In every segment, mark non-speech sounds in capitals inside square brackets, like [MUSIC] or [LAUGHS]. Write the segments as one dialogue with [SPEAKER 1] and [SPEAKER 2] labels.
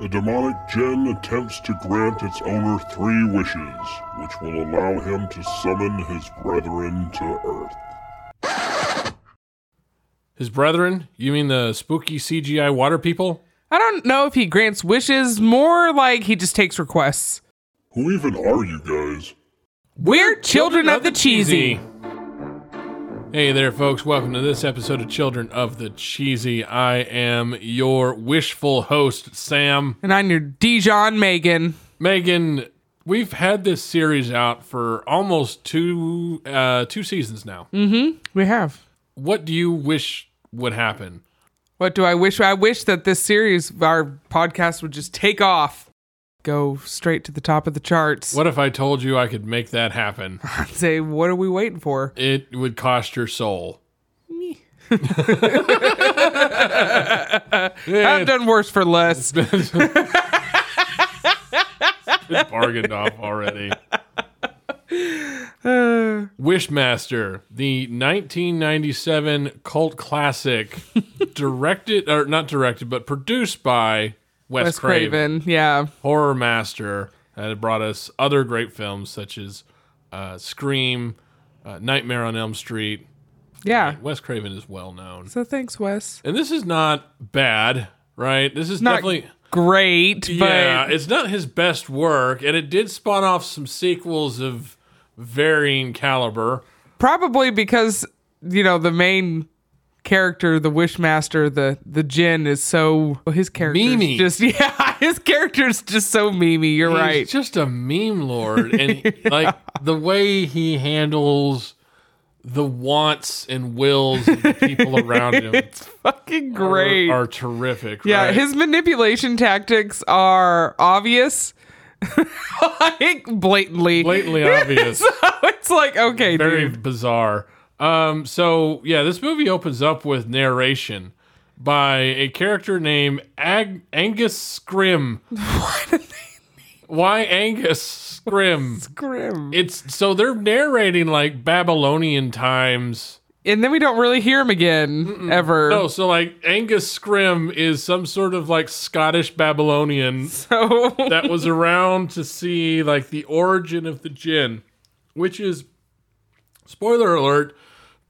[SPEAKER 1] A demonic gen attempts to grant its owner three wishes, which will allow him to summon his brethren to Earth.
[SPEAKER 2] His brethren? You mean the spooky CGI water people?
[SPEAKER 3] I don't know if he grants wishes, more like he just takes requests.
[SPEAKER 1] Who even are you guys?
[SPEAKER 3] We're children of the cheesy.
[SPEAKER 2] Hey there, folks. Welcome to this episode of Children of the Cheesy. I am your wishful host, Sam.
[SPEAKER 3] And I'm your Dijon Megan.
[SPEAKER 2] Megan, we've had this series out for almost two uh, two seasons now.
[SPEAKER 3] Mm. We have.
[SPEAKER 2] What do you wish would happen?
[SPEAKER 3] What do I wish? I wish that this series, our podcast, would just take off, go straight to the top of the charts.
[SPEAKER 2] What if I told you I could make that
[SPEAKER 3] [LAUGHS]
[SPEAKER 2] happen?
[SPEAKER 3] I'd say, what are we waiting [LAUGHS] for?
[SPEAKER 2] It would cost your soul.
[SPEAKER 3] [LAUGHS] I've done worse for less.
[SPEAKER 2] It's bargained
[SPEAKER 3] [LAUGHS]
[SPEAKER 2] off
[SPEAKER 3] [SIGHS]
[SPEAKER 2] already. Wishmaster, the 1997 cult
[SPEAKER 3] [LAUGHS]
[SPEAKER 2] classic, directed or not directed, but produced by Wes,
[SPEAKER 3] Wes
[SPEAKER 2] Craven,
[SPEAKER 3] Craven. Yeah.
[SPEAKER 2] horror master uh, that had brought us other great films such as uh, Scream, uh, Nightmare on Elm Street.
[SPEAKER 3] Yeah.
[SPEAKER 2] Wes Craven is well known,
[SPEAKER 3] So thanks, Wes.
[SPEAKER 2] and this is not bad, right? This is
[SPEAKER 3] Not
[SPEAKER 2] definitely
[SPEAKER 3] great, but
[SPEAKER 2] yeah, it's not his best work, and it did spawn off some sequels of varying caliber.
[SPEAKER 3] probably because you know the main character the wishmaster the the jinn is so well, his character
[SPEAKER 2] Memey.
[SPEAKER 3] just [LAUGHS] yeah his character's just so memey you're right
[SPEAKER 2] He's just a meme lord,
[SPEAKER 3] [LAUGHS]
[SPEAKER 2] and like the way he handles the wants and wills of the people around him
[SPEAKER 3] it's fucking
[SPEAKER 2] are-
[SPEAKER 3] [LAUGHS] great
[SPEAKER 2] Are, terrific.
[SPEAKER 3] yeah
[SPEAKER 2] right?
[SPEAKER 3] his manipulation tactics are obvious [LAUGHS] like blatantly,
[SPEAKER 2] blatantly obvious.
[SPEAKER 3] so [LAUGHS] it's like okay
[SPEAKER 2] very
[SPEAKER 3] dude
[SPEAKER 2] bizarre. Um, so yeah, this movie opens up with narration by a character named Ag- Angus Scrim. Why Angus Scrim?
[SPEAKER 3] grim
[SPEAKER 2] It's so they're narrating like Babylonian times.
[SPEAKER 3] and then we don't really hear him again ever
[SPEAKER 2] No, so like Angus Scrim is some sort of like Scottish Babylonian
[SPEAKER 3] [LAUGHS] so
[SPEAKER 2] that was around to see like the origin of the gin, which is spoiler alert,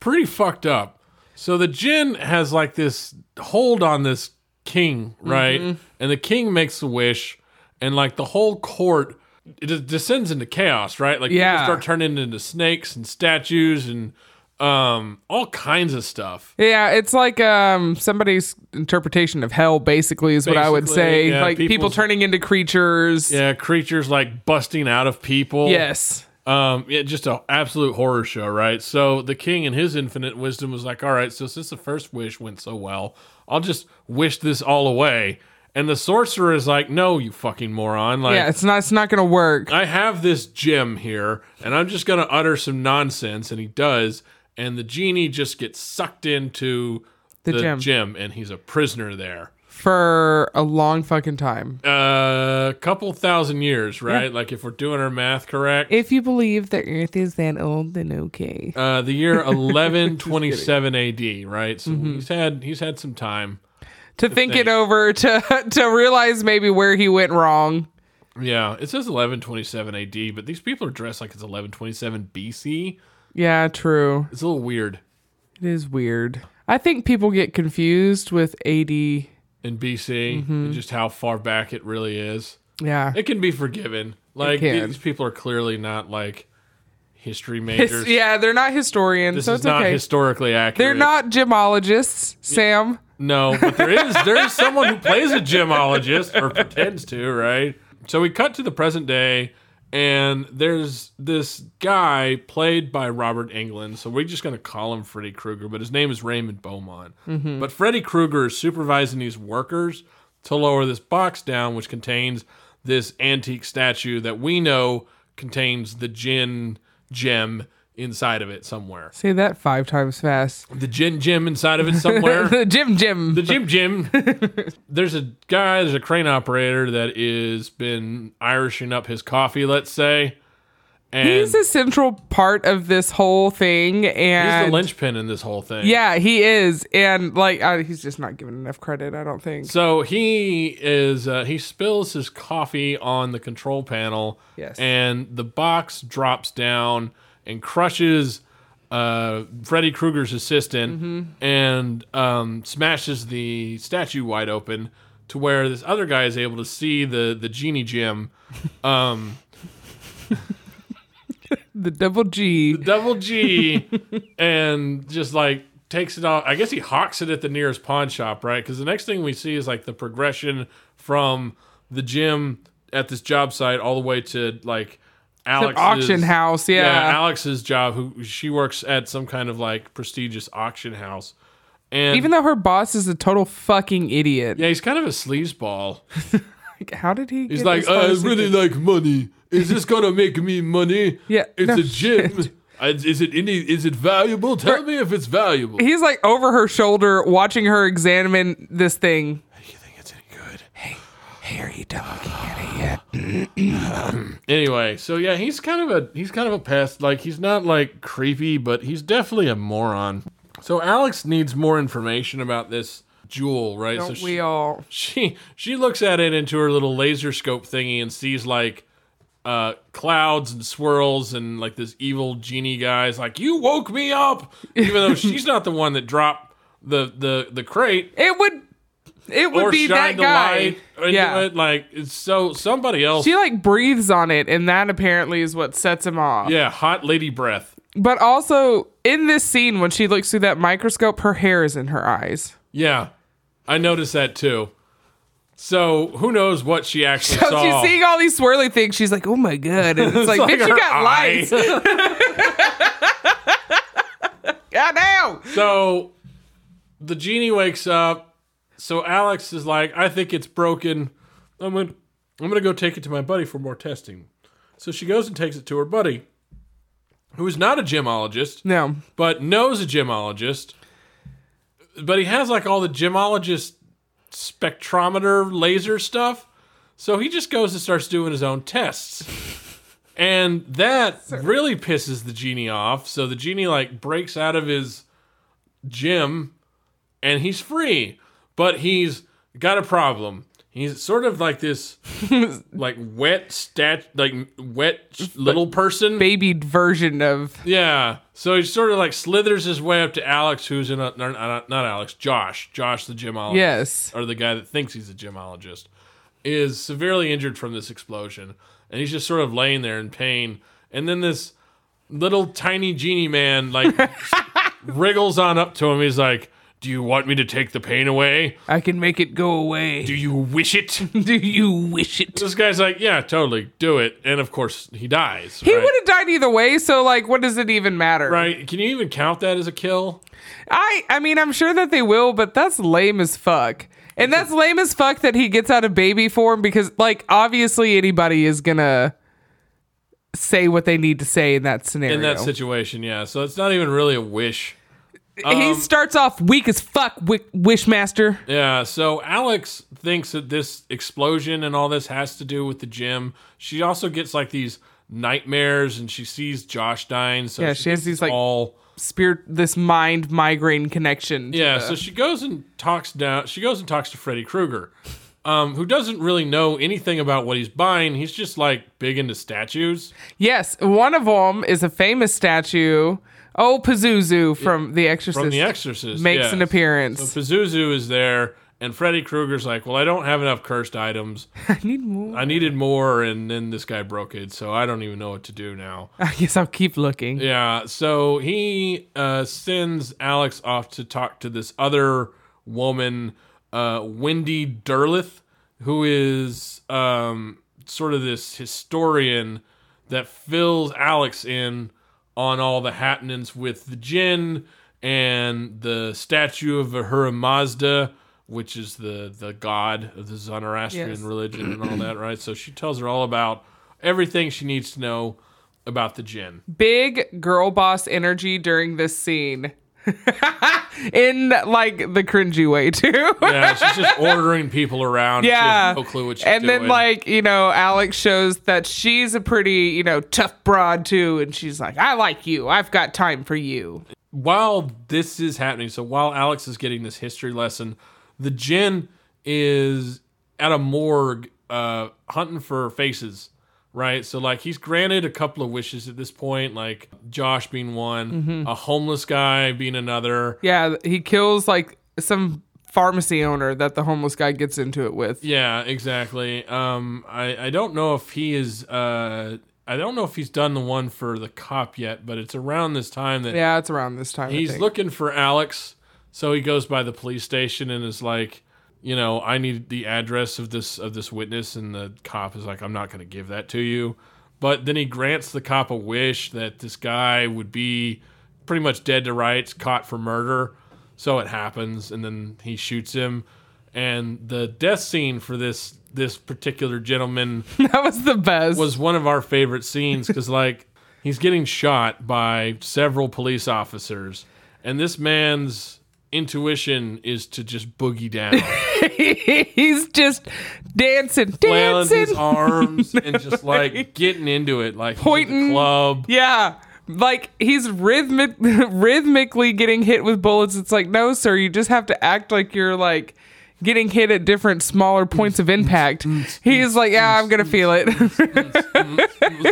[SPEAKER 2] pretty fucked up. So the gin has like this hold on this king, right?
[SPEAKER 3] Mm-hmm.
[SPEAKER 2] And the king makes a wish, and like the whole court it just descends into chaos, right? Like
[SPEAKER 3] Yeah.
[SPEAKER 2] people start turning into snakes and statues and um all kinds of stuff.
[SPEAKER 3] Yeah, it's like um somebody's interpretation of hell basically is what I would say.
[SPEAKER 2] Basically, yeah,
[SPEAKER 3] like people
[SPEAKER 2] people's-
[SPEAKER 3] turning into creatures.
[SPEAKER 2] Yeah, creatures like busting out of people.
[SPEAKER 3] Yes.
[SPEAKER 2] Um, yeah, just an absolute horror show, right? So the king, in his infinite wisdom, was like, "All right, so since the first wish went so well, I'll just wish this all away." And the sorcerer is like, "No, you fucking moron! Like,
[SPEAKER 3] Yeah, it's not it's not gonna work.
[SPEAKER 2] I have this gem here, and I'm just gonna utter some nonsense." And he does, and the genie just gets sucked into the,
[SPEAKER 3] gem.
[SPEAKER 2] gem, and he's a prisoner there.
[SPEAKER 3] For a long fucking time.
[SPEAKER 2] A Uh, couple thousand years, right? Like, if we're doing our math correct,
[SPEAKER 3] If you believe the earth is that old, then okay.
[SPEAKER 2] Uh, the
[SPEAKER 3] [LAUGHS]
[SPEAKER 2] year 1127 AD, right? So
[SPEAKER 3] Mm-hmm.
[SPEAKER 2] he's had he's had some time.
[SPEAKER 3] to think it over, to [LAUGHS] to realize maybe where he went wrong.
[SPEAKER 2] Yeah, it says 1127 AD, but these people are dressed like it's 1127 BC.
[SPEAKER 3] Yeah, true.
[SPEAKER 2] It's a little weird
[SPEAKER 3] It is weird. I think people get confused with AD. Yeah.
[SPEAKER 2] in BC,
[SPEAKER 3] Mm-hmm.
[SPEAKER 2] and just how far back it really is. It can be forgiven. Like
[SPEAKER 3] can.
[SPEAKER 2] these people are clearly not like history
[SPEAKER 3] His-
[SPEAKER 2] majors.
[SPEAKER 3] yeah, they're not historians,
[SPEAKER 2] This
[SPEAKER 3] so
[SPEAKER 2] is
[SPEAKER 3] it's
[SPEAKER 2] not
[SPEAKER 3] okay.
[SPEAKER 2] historically accurate.
[SPEAKER 3] they're not gemologists, Sam.
[SPEAKER 2] No, but there is there is someone who plays a gemologist or pretends to, right? So we cut to the present day, and there's this guy played by Robert Englund. So we're just gonna call him Freddy Krueger, but his name is Raymond Beaumont. But Freddy Krueger is supervising these workers to lower this box down, which contains this antique statue that we know contains the gin gem inside of it somewhere.
[SPEAKER 3] Say that five times fast.
[SPEAKER 2] The gin gem inside of it
[SPEAKER 3] [LAUGHS]
[SPEAKER 2] somewhere.
[SPEAKER 3] the Jim Jim.
[SPEAKER 2] The Jim
[SPEAKER 3] [LAUGHS]
[SPEAKER 2] Jim. there's a guy, there's a crane operator that is been Irishing up his coffee, let's say. And
[SPEAKER 3] He's a central part of this whole thing,
[SPEAKER 2] he's the
[SPEAKER 3] and
[SPEAKER 2] linchpin in this whole thing.
[SPEAKER 3] yeah, he is. And like, uh, he's just not given enough credit, I don't think.
[SPEAKER 2] So he is uh, he spills his coffee on the control panel.
[SPEAKER 3] Yes.
[SPEAKER 2] And the box drops down and crushes uh, Freddy Krueger's assistant
[SPEAKER 3] Mm-hmm.
[SPEAKER 2] and um, smashes the statue wide open to where this other guy is able to see the the genie gem. Um,
[SPEAKER 3] The double G.
[SPEAKER 2] double G and just like takes it off. I guess he hawks it at the nearest pawn shop, right? Because the next thing we see is like the progression from the gym at this job site all the way to like Alex's
[SPEAKER 3] auction house, yeah.
[SPEAKER 2] Alex's job. Who she works at some kind of like prestigious auction house, and
[SPEAKER 3] Even though her boss is a total fucking idiot,
[SPEAKER 2] yeah, he's kind of a
[SPEAKER 3] [LAUGHS]
[SPEAKER 2] sleazeball.
[SPEAKER 3] Like, how did he?
[SPEAKER 2] He's like, I really like money. Is this gonna make me money?
[SPEAKER 3] Yeah,
[SPEAKER 2] it's
[SPEAKER 3] no
[SPEAKER 2] a gym.
[SPEAKER 3] shit.
[SPEAKER 2] I- Is it any? Is it valuable? Tell me if it's valuable.
[SPEAKER 3] [LAUGHS] He's like over her shoulder, watching her examine this thing.
[SPEAKER 2] You think it's any good?
[SPEAKER 3] Hey, are you done looking at it yet?
[SPEAKER 2] Anyway, so yeah, he's kind of a he's kind of a pest. Like he's not like creepy, but he's definitely a moron. So Alex needs more information about this jewel, right? so
[SPEAKER 3] Don't
[SPEAKER 2] she-
[SPEAKER 3] we all?
[SPEAKER 2] she she looks at it into her little laser scope thingy and sees like uh, clouds and swirls and like this evil genie guy's like you woke me up even though
[SPEAKER 3] [LAUGHS]
[SPEAKER 2] she's not the one that dropped the the the crate
[SPEAKER 3] It would. It would
[SPEAKER 2] or
[SPEAKER 3] be that
[SPEAKER 2] shined the
[SPEAKER 3] guy.
[SPEAKER 2] light into
[SPEAKER 3] yeah.
[SPEAKER 2] it like it's so somebody else
[SPEAKER 3] She like breathes on it, and that apparently is what sets him off.
[SPEAKER 2] yeah hot lady breath
[SPEAKER 3] But also in this scene, when she looks through that microscope, her hair is in her eyes.
[SPEAKER 2] [LAUGHS] yeah I noticed that too so who knows what she actually
[SPEAKER 3] So
[SPEAKER 2] saw
[SPEAKER 3] she's seeing all these swirly things. She's like, "Oh my
[SPEAKER 2] [LAUGHS]
[SPEAKER 3] god!" And it's, like,
[SPEAKER 2] like
[SPEAKER 3] "Bitch,
[SPEAKER 2] her
[SPEAKER 3] you got
[SPEAKER 2] eye.
[SPEAKER 3] lights."
[SPEAKER 2] [LAUGHS]
[SPEAKER 3] Goddamn!
[SPEAKER 2] So the genie wakes up. So Alex is like, I think it's broken. I'm gonna, I'm gonna go take it to my buddy for more testing. So she goes and takes it to her buddy, who is not a gemologist
[SPEAKER 3] No,
[SPEAKER 2] but knows a gemologist. But he has like all the gemologist spectrometer laser stuff. So he just goes and starts doing his own tests. And that really pisses the genie off. So the genie like breaks out of his gym and he's free. But he's got a problem. He's sort of like this like wet stat like wet little person.
[SPEAKER 3] babied version of
[SPEAKER 2] Yeah. So he sort of like slithers his way up to Alex, who's in a no, not not Alex, Josh, Josh the gemologist,
[SPEAKER 3] yes.
[SPEAKER 2] or the guy that thinks he's a gemologist, is severely injured from this explosion, and he's just sort of laying there in pain. And then this little tiny genie man like wriggles on up to him. He's like, "Do you want me to take the pain away?
[SPEAKER 3] I can make it go away.
[SPEAKER 2] Do you wish it?"
[SPEAKER 3] [LAUGHS] Do you wish it?
[SPEAKER 2] this guy's like, "Yeah, totally, do it." And of course, he dies.
[SPEAKER 3] He
[SPEAKER 2] right?
[SPEAKER 3] would have died either way, so like, what does it even matter?
[SPEAKER 2] Right? Can you even count that as a kill?
[SPEAKER 3] I, I mean, I'm sure that they will, but that's lame as fuck. And that's lame as fuck that he gets out of baby form because, like, obviously anybody is gonna say what they need to say in that scenario.
[SPEAKER 2] in that situation yeah so it's not even really a wish Um,
[SPEAKER 3] he starts off weak as fuck, wi- Wishmaster.
[SPEAKER 2] yeah so alex thinks that this explosion and all this has to do with the gym she also gets like these nightmares and she sees josh dying so
[SPEAKER 3] Yeah, she has
[SPEAKER 2] thinks
[SPEAKER 3] these,
[SPEAKER 2] it's
[SPEAKER 3] like-
[SPEAKER 2] all
[SPEAKER 3] Spirit, this mind migraine connection. to
[SPEAKER 2] yeah
[SPEAKER 3] the-
[SPEAKER 2] so she goes and talks down she goes and talks to freddy krueger um, who doesn't really know anything about what he's buying he's just like big into statues
[SPEAKER 3] yes, one of them is a famous statue. Oh, Pazuzu from The Exorcist.
[SPEAKER 2] from the exorcist
[SPEAKER 3] makes an
[SPEAKER 2] yes.
[SPEAKER 3] appearance.
[SPEAKER 2] so pazuzu is there and freddy krueger's like well i don't have enough cursed items
[SPEAKER 3] [LAUGHS] I need more.
[SPEAKER 2] I needed more, and then this guy broke it, so I don't even know what to do now.
[SPEAKER 3] I guess I'll keep looking.
[SPEAKER 2] Yeah, so he uh, sends Alex off to talk to this other woman, uh, Wendy Derleth, who is um, sort of this historian that fills Alex in on all the happenings with the gin and the statue of Ahura Mazda, which is the, the god of the Zoroastrian
[SPEAKER 3] Yes.
[SPEAKER 2] religion and all that, right? So she tells her all about everything she needs to know about the gin.
[SPEAKER 3] Big girl boss energy during this scene. [LAUGHS] in like the cringy way too. [LAUGHS]
[SPEAKER 2] Yeah, she's just ordering people around. She has
[SPEAKER 3] Yeah.
[SPEAKER 2] no clue what she's
[SPEAKER 3] and
[SPEAKER 2] doing.
[SPEAKER 3] then like, you know, Alex shows that she's a pretty, you know, tough broad too, and she's like, I like you. I've got time for you.
[SPEAKER 2] while this is happening, so while Alex is getting this history lesson, the Jin is at a morgue uh, hunting for faces, right? So like he's granted a couple of wishes at this point, like Josh being one,
[SPEAKER 3] Mm-hmm.
[SPEAKER 2] a homeless guy being another.
[SPEAKER 3] Yeah, he kills like some pharmacy owner that the homeless guy gets into it with.
[SPEAKER 2] Yeah, exactly. Um, I I don't know if he is. Uh, I don't know if he's done the one for the cop yet, but it's around this time that
[SPEAKER 3] Yeah, it's around this time. I
[SPEAKER 2] He's
[SPEAKER 3] think. [LAUGHS]
[SPEAKER 2] looking for Alex, so he goes by the police station and is like, you know, I need the address of this of this witness, and the cop is like, I'm not going to give that to you. But then he grants the cop a wish that this guy would be pretty much dead to rights, caught for murder. So it happens, and then he shoots him. And the death scene for this this particular gentleman
[SPEAKER 3] that was the best.
[SPEAKER 2] was one of our favorite scenes because like he's getting shot by several police officers and this man's intuition is to just boogie down
[SPEAKER 3] [LAUGHS] he's just dancing,
[SPEAKER 2] flailing his
[SPEAKER 3] dancing.
[SPEAKER 2] arms and just like getting into it like he's at the
[SPEAKER 3] Pointing.
[SPEAKER 2] club
[SPEAKER 3] Yeah. Like he's rhythmic [LAUGHS] rhythmically getting hit with bullets. It's like, no, sir, you just have to act like you're like getting hit at different smaller points of impact. He's like, Yeah, I'm gonna feel it.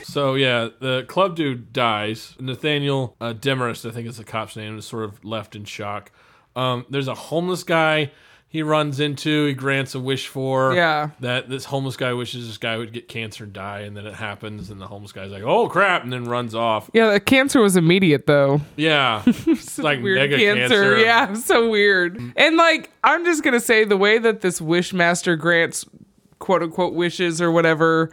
[SPEAKER 2] so yeah the club dude dies nathaniel uh, demarest i think is the cop's name is sort of left in shock um, there's a homeless guy he runs into he grants a wish for
[SPEAKER 3] Yeah.
[SPEAKER 2] that this homeless guy wishes this guy would get cancer and die, and then it happens, and the homeless guy's like, "Oh crap!" and then runs off.
[SPEAKER 3] [LAUGHS] yeah, the cancer was immediate though.
[SPEAKER 2] Yeah,
[SPEAKER 3] [LAUGHS]
[SPEAKER 2] it's like mega cancer.
[SPEAKER 3] Yeah, so weird. And like, I'm just gonna say the way that this wishmaster grants quote unquote wishes or whatever.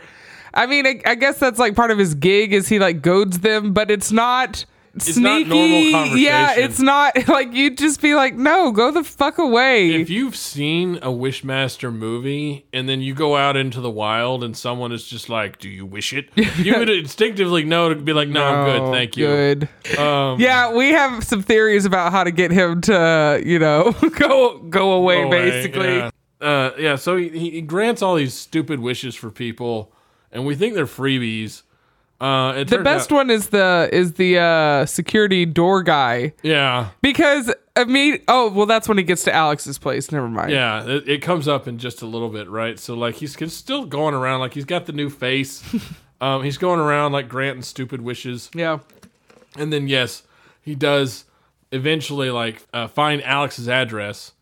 [SPEAKER 3] I mean, I, I guess that's like part of his gig is he like goads them, but it's not.
[SPEAKER 2] not
[SPEAKER 3] Sneaky,
[SPEAKER 2] normal conversation.
[SPEAKER 3] yeah. It's not [LAUGHS] like you'd just be like, "No, go the fuck away."
[SPEAKER 2] If you've seen a Wishmaster movie and then you go out into the wild and someone is just like, "Do you wish
[SPEAKER 3] [LAUGHS]
[SPEAKER 2] it?" You would instinctively know to be like, "No, I'm
[SPEAKER 3] Oh,
[SPEAKER 2] good, thank you."
[SPEAKER 3] Good.
[SPEAKER 2] Um,
[SPEAKER 3] Yeah, we have some theories about how to get him to, you know, [LAUGHS] go go away, [LAUGHS]
[SPEAKER 2] go away,
[SPEAKER 3] basically.
[SPEAKER 2] Yeah. Uh, yeah, so he, he grants all these stupid wishes for people, and we think they're freebies. Uh, it
[SPEAKER 3] The
[SPEAKER 2] turns
[SPEAKER 3] best
[SPEAKER 2] out-
[SPEAKER 3] one is the is the uh, security door guy
[SPEAKER 2] yeah,
[SPEAKER 3] because I mean, oh well, that's when he gets to Alex's place. Never mind.
[SPEAKER 2] Yeah, it, it comes up in just a little bit, right? So like he's c- still going around, like he's got the new
[SPEAKER 3] [LAUGHS]
[SPEAKER 2] face. um, he's going around like granting stupid wishes,
[SPEAKER 3] yeah,
[SPEAKER 2] and then yes, he does eventually like uh, find Alex's address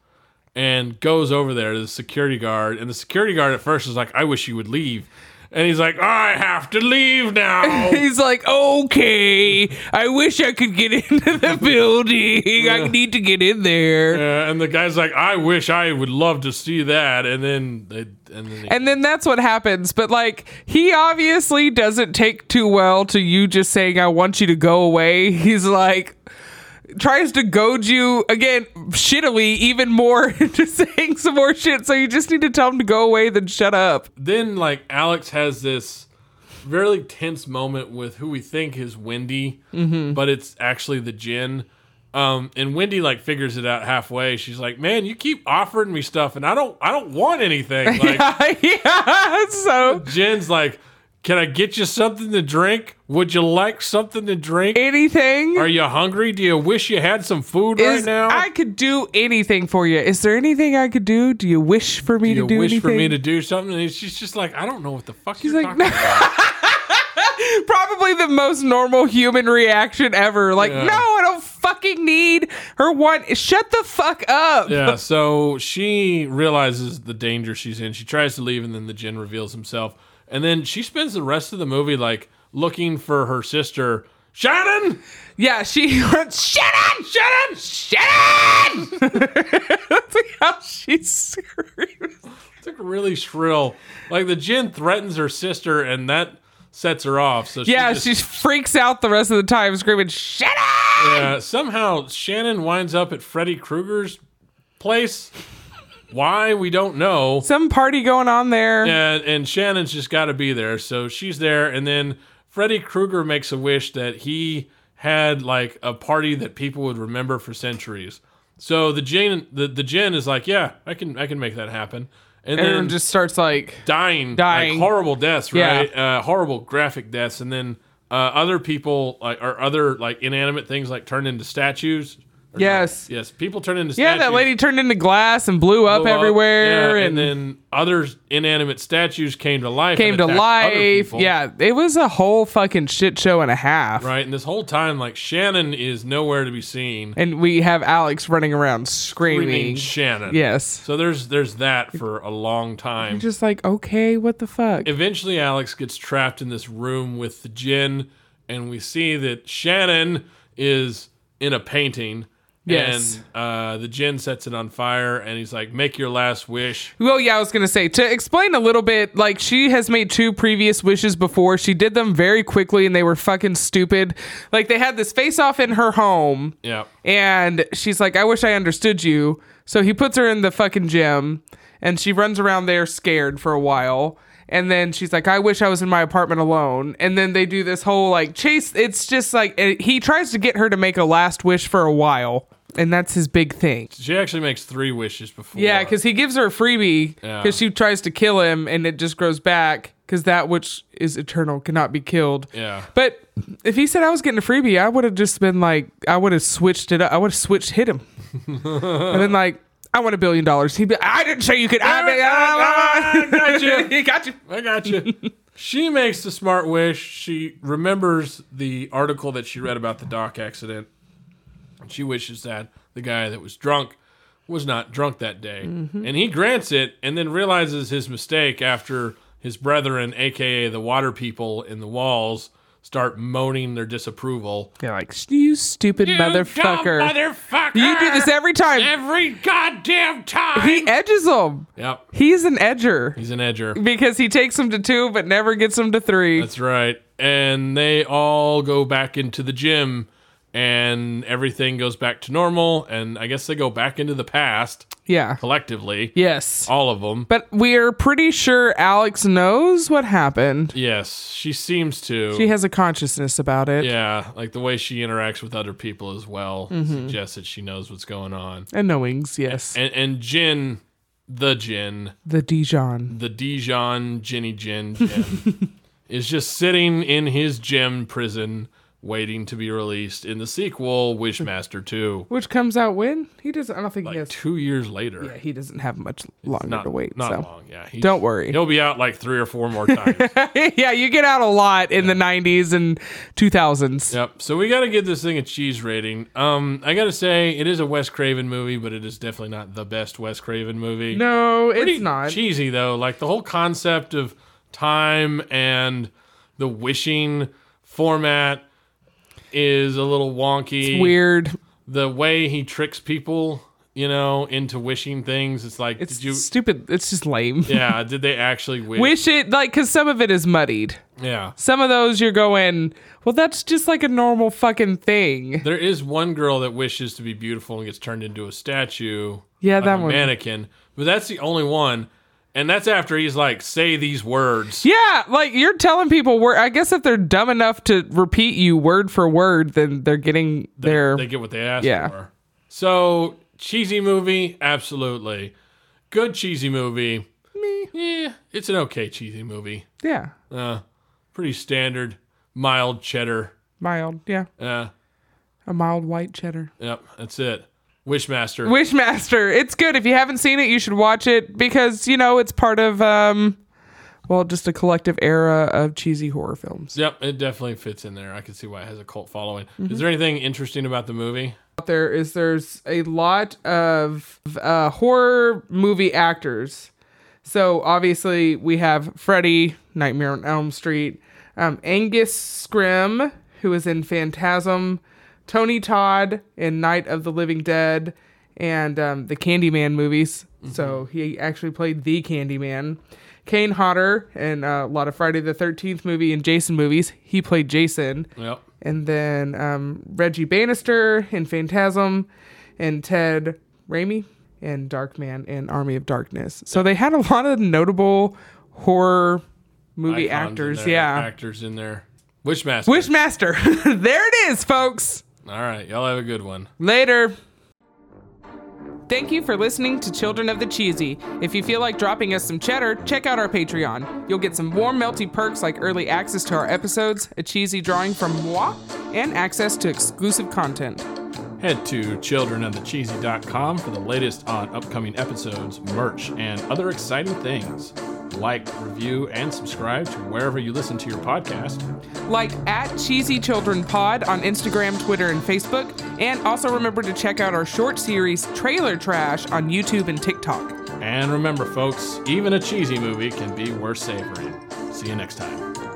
[SPEAKER 2] and goes over there to the security guard. And the security guard at first is like, "I wish you would leave," and he's like, "I have to leave
[SPEAKER 3] [LAUGHS]
[SPEAKER 2] now."
[SPEAKER 3] he's like, okay, I wish I could get [LAUGHS] into the building. I need to get in there.
[SPEAKER 2] Uh, and the guy's like, "I wish I would love to see that." And then they, and then he
[SPEAKER 3] And then that's what happens. But like, he obviously doesn't take too well to you just saying, "I want you to go away." [LAUGHS] He's like. Tries to goad you again, shittily, even more [LAUGHS] into saying some more shit. So you just need to tell him to go away, then shut up.
[SPEAKER 2] then like Alex has this very tense moment with who we think is Wendy,
[SPEAKER 3] Mm-hmm.
[SPEAKER 2] but it's actually the Jin. Um, and Wendy like figures it out halfway. She's like, "Man, you keep offering me stuff, and I don't, I don't want
[SPEAKER 3] [LAUGHS]
[SPEAKER 2] anything." Like
[SPEAKER 3] yeah, so
[SPEAKER 2] Jin's like, "Can I get you something to drink? Would you like something to drink?
[SPEAKER 3] anything
[SPEAKER 2] Are you hungry? Do you wish you had some food right
[SPEAKER 3] is
[SPEAKER 2] now?
[SPEAKER 3] I could do anything for you. Is there anything I could do? Do you wish for me
[SPEAKER 2] do you
[SPEAKER 3] to do
[SPEAKER 2] wish
[SPEAKER 3] anything?
[SPEAKER 2] for me to do something?" And she's just like, "I don't know what the fuck she's you're
[SPEAKER 3] like,
[SPEAKER 2] talking about."
[SPEAKER 3] [LAUGHS] Probably the most normal human reaction ever. Like,
[SPEAKER 2] Yeah.
[SPEAKER 3] no, I don't fucking need her one. Shut the fuck up.
[SPEAKER 2] yeah, so she realizes the danger she's in. She tries to leave, and then the Jin reveals himself. And then she spends the rest of the movie like looking for her sister, Shannon.
[SPEAKER 3] Yeah, she [LAUGHS] runs, Shannon, Shannon, Shannon. [LAUGHS] That's how she screams.
[SPEAKER 2] It's like really shrill. Like the Jin threatens her sister, and that sets her off. So she
[SPEAKER 3] Yeah,
[SPEAKER 2] just-
[SPEAKER 3] she freaks out the rest of the time, screaming, Shannon.
[SPEAKER 2] uh, somehow Shannon winds up at Freddy Krueger's place. Why we don't know.
[SPEAKER 3] Some party going on there.
[SPEAKER 2] and, and Shannon's just got to be there. So she's there, and then Freddy Krueger makes a wish that he had like a party that people would remember for centuries. So the Jane, the the Jin is like, yeah, I can I can make that happen. And
[SPEAKER 3] Everyone
[SPEAKER 2] then
[SPEAKER 3] just starts like,
[SPEAKER 2] dying,
[SPEAKER 3] dying.
[SPEAKER 2] like horrible deaths,
[SPEAKER 3] Yeah.
[SPEAKER 2] right? Uh, horrible graphic deaths, and then uh, other people like or other like inanimate things like turn into statues. Or
[SPEAKER 3] Yes.
[SPEAKER 2] not- yes, people turn into
[SPEAKER 3] yeah,
[SPEAKER 2] statues.
[SPEAKER 3] that lady turned into glass and blew up
[SPEAKER 2] blew up,
[SPEAKER 3] everywhere
[SPEAKER 2] yeah,
[SPEAKER 3] and,
[SPEAKER 2] and, then other inanimate statues came to life.
[SPEAKER 3] came
[SPEAKER 2] and
[SPEAKER 3] to
[SPEAKER 2] attacked other
[SPEAKER 3] life.
[SPEAKER 2] people,
[SPEAKER 3] Yeah, it was a whole fucking shit show and a half.
[SPEAKER 2] right. And this whole time, like Shannon is nowhere to be seen.
[SPEAKER 3] And we have Alex running around
[SPEAKER 2] Screaming
[SPEAKER 3] screaming.
[SPEAKER 2] Shannon.
[SPEAKER 3] Yes.
[SPEAKER 2] So there's there's that for a long time.
[SPEAKER 3] Just like, okay, what the fuck?
[SPEAKER 2] Eventually, Alex gets trapped in this room with the gin, and we see that Shannon is in a painting.
[SPEAKER 3] Yes.
[SPEAKER 2] And uh, the gin sets it on fire, and he's like, "Make your last wish."
[SPEAKER 3] Well, Oh, yeah, I was going to say to explain a little bit, like she has made two previous wishes before. She did them very quickly and they were fucking stupid. Like they had this face off in her home
[SPEAKER 2] Yeah.
[SPEAKER 3] and she's like, I wish I understood you. So he puts her in the fucking gym and she runs around there scared for a while. And then she's like, I wish I was in my apartment alone. And then they do this whole like chase. It's just like eh, he tries to get her to make a last wish for a while. And that's his big thing.
[SPEAKER 2] She actually makes three wishes before.
[SPEAKER 3] Yeah, because he gives her a freebie
[SPEAKER 2] Yeah.
[SPEAKER 3] because she tries to kill him and it just grows back because that which is eternal cannot be killed.
[SPEAKER 2] Yeah.
[SPEAKER 3] But if he said I was getting a freebie, I would have just been like, I would have switched it up. I would have switched
[SPEAKER 2] [LAUGHS]
[SPEAKER 3] hit him. and then, like, I want a billion dollars. He'd be I didn't say you could.
[SPEAKER 2] Oh
[SPEAKER 3] I,
[SPEAKER 2] I got [LAUGHS] you.
[SPEAKER 3] [LAUGHS] he got you.
[SPEAKER 2] I got you. she makes the smart wish. She remembers the article that she read about the dock accident. She wishes that the guy that was drunk was not drunk that day.
[SPEAKER 3] Mm-hmm.
[SPEAKER 2] And he grants it and then realizes his mistake after his brethren, aka the water people in the walls, start moaning their disapproval.
[SPEAKER 3] You're like, you stupid motherfucker.
[SPEAKER 2] You dumb motherfucker.
[SPEAKER 3] you do this every time.
[SPEAKER 2] every goddamn time.
[SPEAKER 3] he edges him.
[SPEAKER 2] yep.
[SPEAKER 3] He's an edger
[SPEAKER 2] He's an edger.
[SPEAKER 3] because he takes him to two but never gets him to three.
[SPEAKER 2] That's right. And they all go back into the gym and everything goes back to normal. And I guess they go back into the past
[SPEAKER 3] yeah.
[SPEAKER 2] collectively,
[SPEAKER 3] Yes.
[SPEAKER 2] all of them.
[SPEAKER 3] But we're pretty sure Alex knows what happened.
[SPEAKER 2] Yes, she seems to.
[SPEAKER 3] She has a consciousness about it.
[SPEAKER 2] yeah, like the way she interacts with other people as well
[SPEAKER 3] Mm-hmm.
[SPEAKER 2] suggests that she knows what's going on.
[SPEAKER 3] And knowings, yes.
[SPEAKER 2] And and Jin, the Jin,
[SPEAKER 3] the Dijon.
[SPEAKER 2] the Dijon Ginny
[SPEAKER 3] [LAUGHS]
[SPEAKER 2] Jin, Jin is just sitting in his gym prison, waiting to be released in the sequel, Wishmaster Two.
[SPEAKER 3] Which comes out when? He doesn't I don't think he has
[SPEAKER 2] two years later.
[SPEAKER 3] yeah, he doesn't have much longer
[SPEAKER 2] not
[SPEAKER 3] to wait.
[SPEAKER 2] not
[SPEAKER 3] so
[SPEAKER 2] long. Yeah, He's-
[SPEAKER 3] Don't worry.
[SPEAKER 2] He'll be out like three or four more times.
[SPEAKER 3] [LAUGHS] yeah, you get out a lot in the nineties and two thousands.
[SPEAKER 2] yep. So we got to give this thing a cheese rating. Um, I gotta say it is a Wes Craven movie, but it is definitely not the best Wes Craven movie.
[SPEAKER 3] No, it's
[SPEAKER 2] Pretty
[SPEAKER 3] not.
[SPEAKER 2] cheesy though. Like the whole concept of time and the wishing format is a little wonky.
[SPEAKER 3] It's weird.
[SPEAKER 2] The way he tricks people, you know, into wishing things. It's like,
[SPEAKER 3] It's
[SPEAKER 2] did you?
[SPEAKER 3] stupid. It's just lame.
[SPEAKER 2] Yeah, did they actually wish?
[SPEAKER 3] Wish it like because some of it is muddied.
[SPEAKER 2] yeah.
[SPEAKER 3] Some of those you're going, well, that's just like a normal fucking thing.
[SPEAKER 2] There is one girl that wishes to be beautiful and gets turned into a statue,
[SPEAKER 3] Yeah,
[SPEAKER 2] like
[SPEAKER 3] that
[SPEAKER 2] a
[SPEAKER 3] one.
[SPEAKER 2] mannequin, but that's the only one. And that's after he's like, say these words.
[SPEAKER 3] Yeah, like you're telling people word. I guess if they're dumb enough to repeat you word for word, then they're getting their.
[SPEAKER 2] They get what they ask
[SPEAKER 3] Yeah.
[SPEAKER 2] for. So, cheesy movie, absolutely. Good cheesy movie. Me. Yeah, it's an okay cheesy movie.
[SPEAKER 3] yeah,
[SPEAKER 2] Uh, pretty standard, mild cheddar.
[SPEAKER 3] mild. Yeah,
[SPEAKER 2] Uh,
[SPEAKER 3] a mild white cheddar.
[SPEAKER 2] yep, that's it. Wishmaster.
[SPEAKER 3] Wishmaster. It's good. If you haven't seen it, you should watch it because you know it's part of um, well, just a collective era of cheesy horror films.
[SPEAKER 2] Yep, it definitely fits in there. I can see why it has a cult following.
[SPEAKER 3] Mm-hmm.
[SPEAKER 2] Is there anything interesting about the movie?
[SPEAKER 3] Out there is there's a lot of uh, horror movie actors. So obviously we have Freddy, Nightmare on Elm Street, um, Angus Scrim, who is in Phantasm, Tony Todd in Night of the Living Dead, and um, the Candyman movies. So he actually played the Candyman. Kane Hodder in uh, a lot of Friday the 13th movie and Jason movies. He played Jason
[SPEAKER 2] Yep.
[SPEAKER 3] and then um, Reggie Bannister in Phantasm, and Ted Raimi in Darkman and Army of Darkness. So they had a lot of notable horror
[SPEAKER 2] icons
[SPEAKER 3] movie
[SPEAKER 2] in
[SPEAKER 3] actors.
[SPEAKER 2] there,
[SPEAKER 3] Yeah.
[SPEAKER 2] actors in there. Wishmaster.
[SPEAKER 3] [LAUGHS] Wishmaster. there it is, folks.
[SPEAKER 2] All right, y'all have a good one.
[SPEAKER 3] Later. Thank you for listening to Children of the Cheesy. If you feel like dropping us some cheddar, check out our Patreon. You'll get some warm, melty perks like early access to our episodes, a cheesy drawing from moi, and access to exclusive content.
[SPEAKER 2] Head to childrenofthecheesy.com for the latest on upcoming episodes, merch, and other exciting things. Like, review, and subscribe to wherever you listen to your podcast.
[SPEAKER 3] like at Cheesy Children Pod on Instagram, Twitter, and Facebook. And also remember to check out our short series Trailer Trash on YouTube and TikTok.
[SPEAKER 2] And remember, folks, even a cheesy movie can be worth savoring. See you next time.